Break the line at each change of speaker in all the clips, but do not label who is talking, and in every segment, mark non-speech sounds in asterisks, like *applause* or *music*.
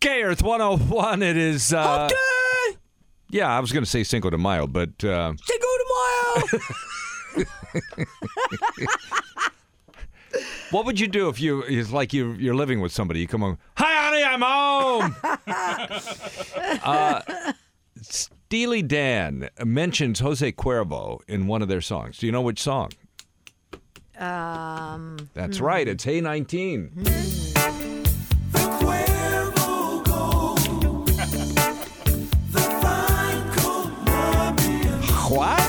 K Earth 101. It is. Uh,
Hump day!
yeah, I was going to say Cinco de Mayo, but uh,
Cinco de Mayo!
what would you do if you? It's like you you're living with somebody. You come home. Hi, honey, I'm home. uh, Steely Dan mentions Jose Cuervo in one of their songs. Do you know which song? Um. That's right. It's Hey 19. What?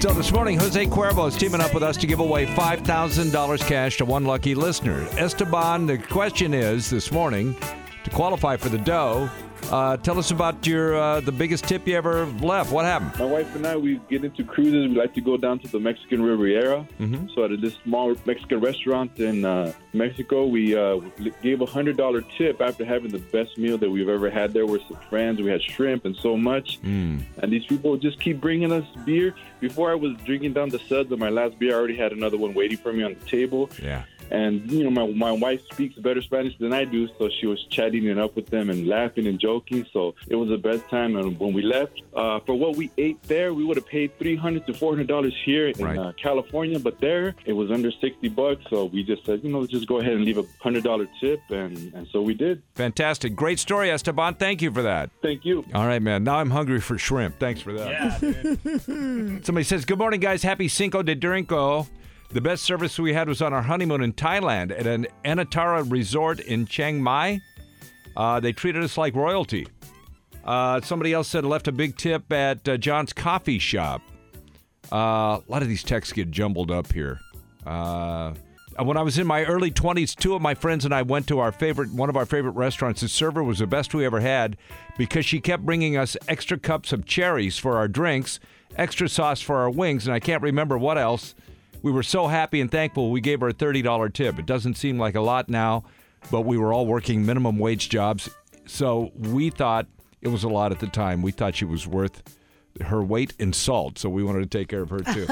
So this morning, Jose Cuervo is teaming up with us to give away $5,000 cash to one lucky listener. Esteban, the question is this morning to qualify for the dough. Uh, tell us about your uh, the biggest tip you ever left. What happened?
My wife and I, we get into cruises. We like to go down to the Mexican Riviera. Mm-hmm. So at this small Mexican restaurant in uh, Mexico, we uh, gave a hundred dollar tip after having the best meal that we've ever had there. We're some friends. We had shrimp and so much. And these people just keep bringing us beer. Before I was drinking down the suds of my last beer, I already had another one waiting for me on the table.
Yeah.
And you know, my my wife speaks better Spanish than I do, so she was chatting it up with them and laughing and joking. So it was the best time. And when we left, uh, for what we ate there, we would have paid three hundred to four hundred dollars here in
Right.
uh, California, but there it was under sixty bucks. So we just said, you know, just go ahead and leave a hundred dollar tip, and and so we did.
Fantastic. Great story, Esteban. Thank you for that.
Thank you.
All right, man. Now I'm hungry for shrimp. Thanks for that.
Yeah, dude.
Somebody says, Good morning, guys. Happy Cinco de Durinco. The best service we had was on our honeymoon in Thailand at an Anatara resort in Chiang Mai. Uh, they treated us like royalty. Uh, somebody else said, Left a big tip at uh, John's coffee shop. Uh, a lot of these texts get jumbled up here. Uh, when I was in my early 20s, two of my friends and I went to our favorite, one of our favorite restaurants. The server was the best we ever had because she kept bringing us extra cups of cherries for our drinks, extra sauce for our wings, and I can't remember what else. We were so happy and thankful we gave her a $30 tip. It doesn't seem like a lot now, but we were all working minimum wage jobs. So we thought it was a lot at the time. We thought she was worth her weight in salt, so we wanted to take care of her
*laughs*
too.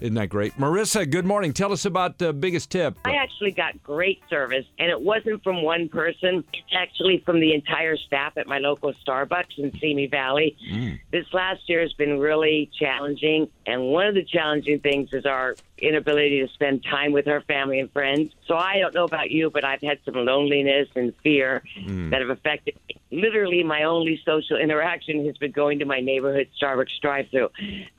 Isn't that great? Marissa, good morning. Tell us about the biggest tip.
I actually got great service, and it wasn't from one person. It's actually from the entire staff at my local Starbucks in Simi Valley. This last year has been really challenging, and one of the challenging things is our inability to spend time with our family and friends. So I don't know about you, but I've had some loneliness and fear that have affected me. Literally, my only social interaction has been going to my neighborhood Starbucks drive-through,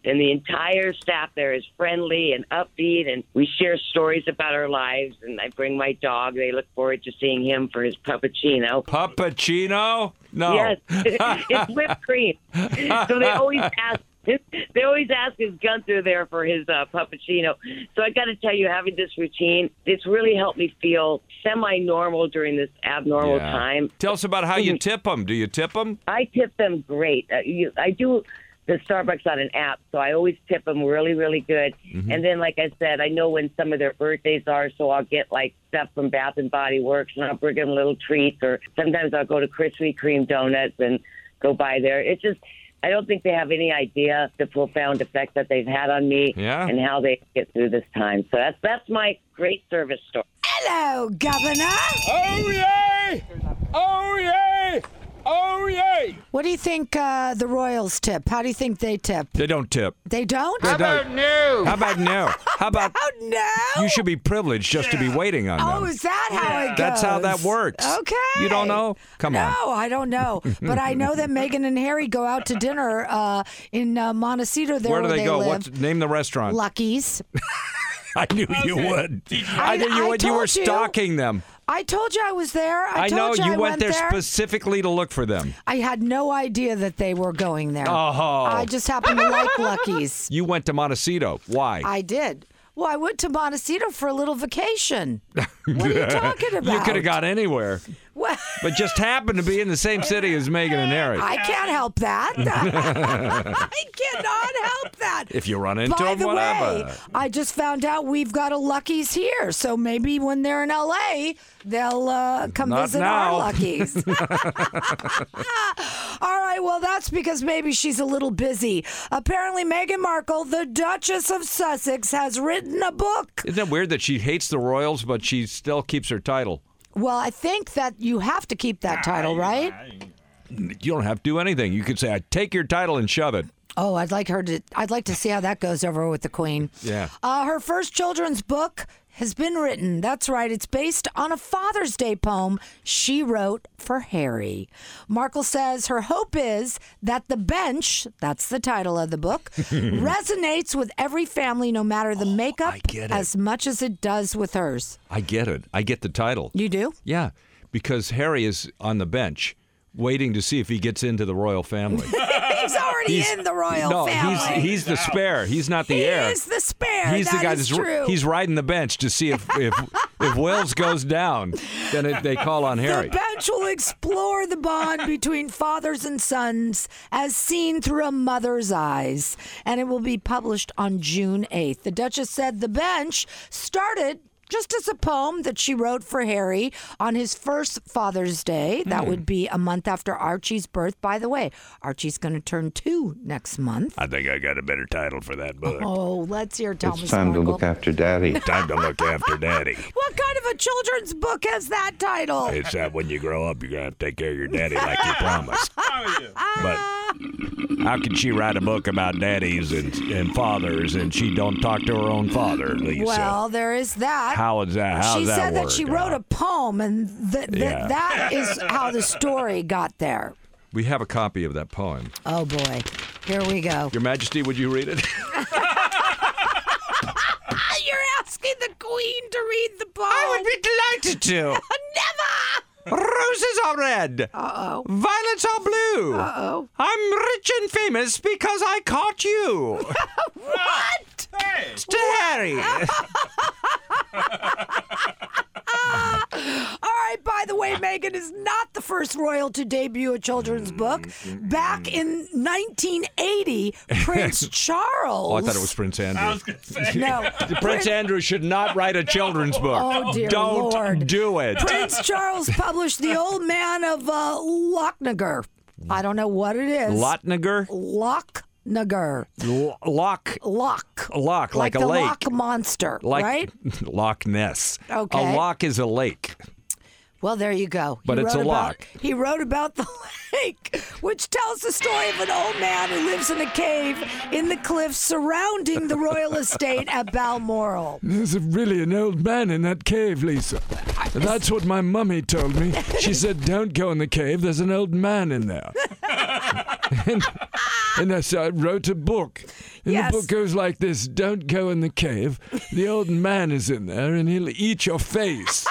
and the entire staff there is friendly and upbeat, and we share stories about our lives. And I bring my dog; they look forward to seeing him for his puppuccino.
Puppuccino? No.
Yes, *laughs* it's whipped cream. So
*laughs*
they always ask. They always ask is Gunther there for his uh, puppuccino. So I got to tell you, having this routine, it's really helped me feel semi-normal during this abnormal
Yeah.
time.
Tell us about how you tip them. Do you tip them?
I tip them great. Uh, you, I do the Starbucks on an app, so I always tip them really, really good. And then, like I said, I know when some of their birthdays are, so I'll get like stuff from Bath and Body Works, and I'll bring them little treats, or sometimes I'll go to Krispy Kreme donuts and go by there. It's just. I don't think they have any idea the profound effect that they've had on me
Yeah.
and how they get through this time. So that's that's my great service story.
Hello, Governor.
Oh yay! Oh yay! Oh yay!
What do you think uh, the Royals tip? How do you think they tip?
They don't tip.
They don't?
They
About new.
How about no? How
*laughs*
about
Oh, no.
you should be privileged just to be waiting on
Oh,
them?
is that how it goes?
That's how that works.
Okay.
You don't know? Come on.
No, I
*laughs*
don't know. But I know that Megan and Harry go out to dinner uh, in uh, Montecito. There
Where do they, go?
Live.
What's name the restaurant?
Lucky's.
*laughs* I knew you would. I, knew
I
you would. You
told
were
you.
stalking them.
I told you I was there. I,
know
told you,
you
I
went, there,
there.
specifically to look for them.
I had no idea that they were going there.
Oh.
I just happened to like Lucky's.
You went to Montecito. Why?
I did. Well, I went to Montecito for a little vacation. What are
*laughs*
you talking about?
You could have got anywhere,
Well,
but just happened to be in the same city as Megan and Harry.
I can't help that. *laughs* I cannot help that.
If you run into
By
them,
the
whatever.
way, I just found out we've got a Lucky's here, so maybe when they're in LA, they'll uh, come
Not *laughs*
visit *laughs*
now.
our Lucky's. All right, right, well, that's because maybe she's a little busy. Apparently, Meghan Markle, the Duchess of Sussex, has written a book.
Isn't it weird that she hates the royals, but she still keeps her title?
Well, I think that you have to keep that title, right?
You don't have to do anything. You could say, "I take your title and shove it."
Oh, I'd like her to. I'd like to see how that goes over with the Queen.
Yeah.
Uh, her first children's book has been written. That's right. It's based on a Father's Day poem she wrote for Harry. Markle says her hope is that the bench, that's the title of
*laughs*
the book, resonates with every family, no matter the makeup,
Oh, I get it.
as much as it does with hers.
I get it. I get the title.
You do?
*laughs* Yeah, because Harry is on the bench waiting to see if he gets into the royal family.
He's already *laughs* in the royal
no,
family.
he's he's the spare. He's not the
He
heir.
is the spare.
He's the
That
guy
is
that's
true.
he's riding the bench to see if if if Wells goes down, then it, they call on Harry.
The bench will explore the bond between fathers and sons as seen through a mother's eyes, and it will be published on June 8th. The Duchess said the bench started. Just as a poem that she wrote for Harry on his first Father's Day. That
Hmm.
would be a month after Archie's birth. By the way, Archie's going to turn two next month.
I think I got a better title for that book.
Oh, let's hear Thomas
It's time to
Markle.
look after daddy.
Time to look after Daddy.
What kind of a children's book has that title?
It's that when you grow up, you're gonna have to take care of your daddy like you promised. But how can she write a book about daddies and, and fathers and she don't talk to her own father, Lisa?
well, there is that.
how is that? How
she
does
said
work
that she wrote
out?
a poem, and th- th-
Yeah.
that is how the story got there.
We have a copy of that poem.
Oh boy, here we go.
Your Majesty, would you read
*laughs*
it?
Ah, You're asking the queen to read the poem.
would be delighted *laughs* to.
never.
Roses are red. Uh oh. Violets are blue. Uh oh. I'm rich and famous because I caught
*laughs*
you.
What?
to Harry.
All right, by the way, Megan is not the first royal to debut a children's book. Back in 1980,
*laughs*
Prince Charles.
Oh, I thought it was Prince Andrew. *laughs*
No.
Prince Andrew should not *laughs* write a children's book.
Oh, dear
Don't
Lord.
do it.
Prince Charles published The Old Man of uh, Lochnagar. I don't know what it is.
Lotnager?
Lochnagar.
L- Loch.
Loch.
Loch, like a
the
lake.
Loch monster,
Like
right?
*laughs* Loch Ness.
Okay.
A loch is a lake.
Well, there you go.
But
he
it's
wrote
a
about-
loch.
he wrote about the lake, which tells the story of an old man who lives in a cave in the cliffs surrounding the royal estate at Balmoral.
There's a, really an old man in that cave, Lisa. That's what my mummy told me. She
*laughs*
said, "Don't go in the cave. There's an old man in there." and, and I, so I wrote a book. And
Yes.
the book goes like this: Don't go in the cave. The old man is in there, and he'll eat your face.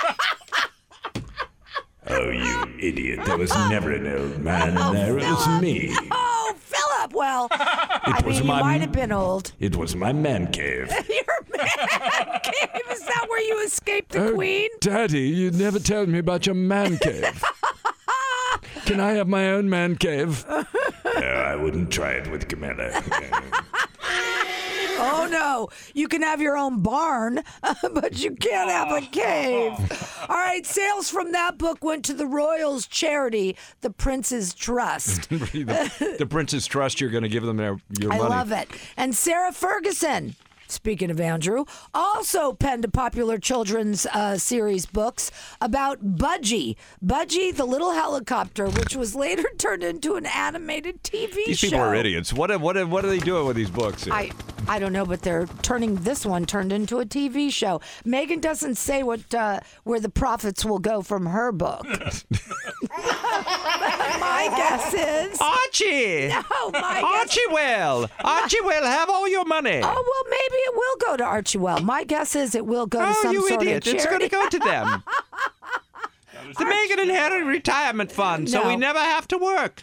Oh, you idiot.
*laughs*
There was never an old man in there. It was me.
Oh, Philip! Well, I
was
mean,
my-
you might have been old.
*laughs* *laughs* It was my man cave.
Your man cave is that where you escaped the
Oh,
queen?
Daddy, you never told me about your man cave. Can I have my own man cave?
uh, I wouldn't try it with
*laughs*
Camilla.
Oh no, you can have your own barn, *laughs* but you can't have
*laughs*
a cave. All right, sales from that book went to the Royals charity, the
*laughs*
Prince's
*laughs*
Trust.
the, the Prince's Trust, you're going to give them their, your
I
money.
love it. And Sarah Ferguson, speaking of Andrew, also penned a popular children's uh, series books about Budgie. Budgie the little helicopter, which was later *laughs* turned into an animated TV
These
show.
people are idiots. What, what, what are they doing with these books? here?
I I don't know, but they're turning this one turned into a TV show. Megan doesn't say what uh, where the profits will go from her book. *laughs* my guess is. *laughs*
Archie!
Oh my guess.
Archie will! Archie will have all your money!
Oh well, maybe it will go to Archie Well. My guess is it will go to
Oh,
some
you
sort
idiot.
of
It's going
charity.
to go to them. *laughs* the Megan and Harry Retirement Fund, so we
No.
never have to work.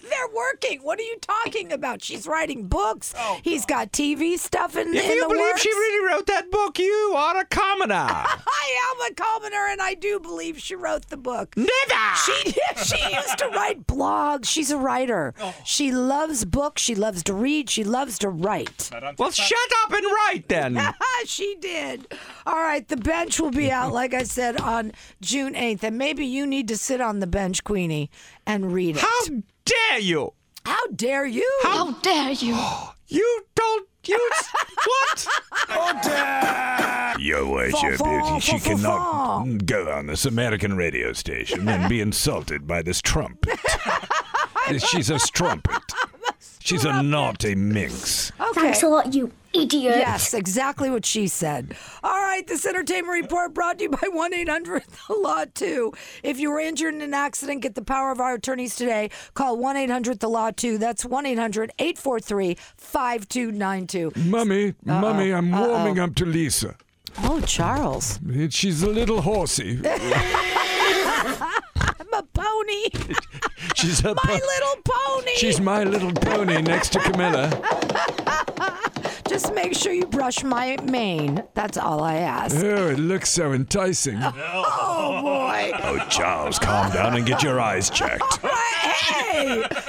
They're working. What are you talking about? She's writing books.
Oh,
He's got TV stuff in,
If
in
you
the
believe
works.
she really wrote that book, you are a
*laughs*
commoner.
I am a commoner, and I do believe she wrote the book.
never!
She *laughs* she used to write blogs. She's a writer. She loves books. She loves to read. She loves to write.
well, shut up and write then.
*laughs* she did. All right, the bench will be out, like I said, on June 8th. And maybe you need to sit on the bench, Queenie, and read it.
How
dare you?
How dare you?
How dare you?
You don't.
*laughs*
You what? Your
Fa- fa-
worship, it- she
fa- fa-
cannot
fa.
go on this American radio station and be insulted by
*laughs*
this trumpet. She's a strumpet. She's a naughty minx.
Okay.
Thanks a lot, you idiot.
Yes, exactly what she said. All right, this entertainment report brought to you by 1 800 The Law 2. If you were injured in an accident, get the power of our attorneys today. Call 1 800 The Law 2. That's 1 800 843 5292.
Mummy, mummy, I'm warming up to Lisa.
Oh, Charles.
It- She's a little
*laughs*
horsey.
I'm a pony.
She's a.
My little pony.
She's my little pony next to Camilla.
Just make sure you brush my mane. That's all I
*laughs*
ask.
Oh, it looks so enticing.
Oh, boy.
Oh, Charles, calm down and get your eyes checked.
Hey!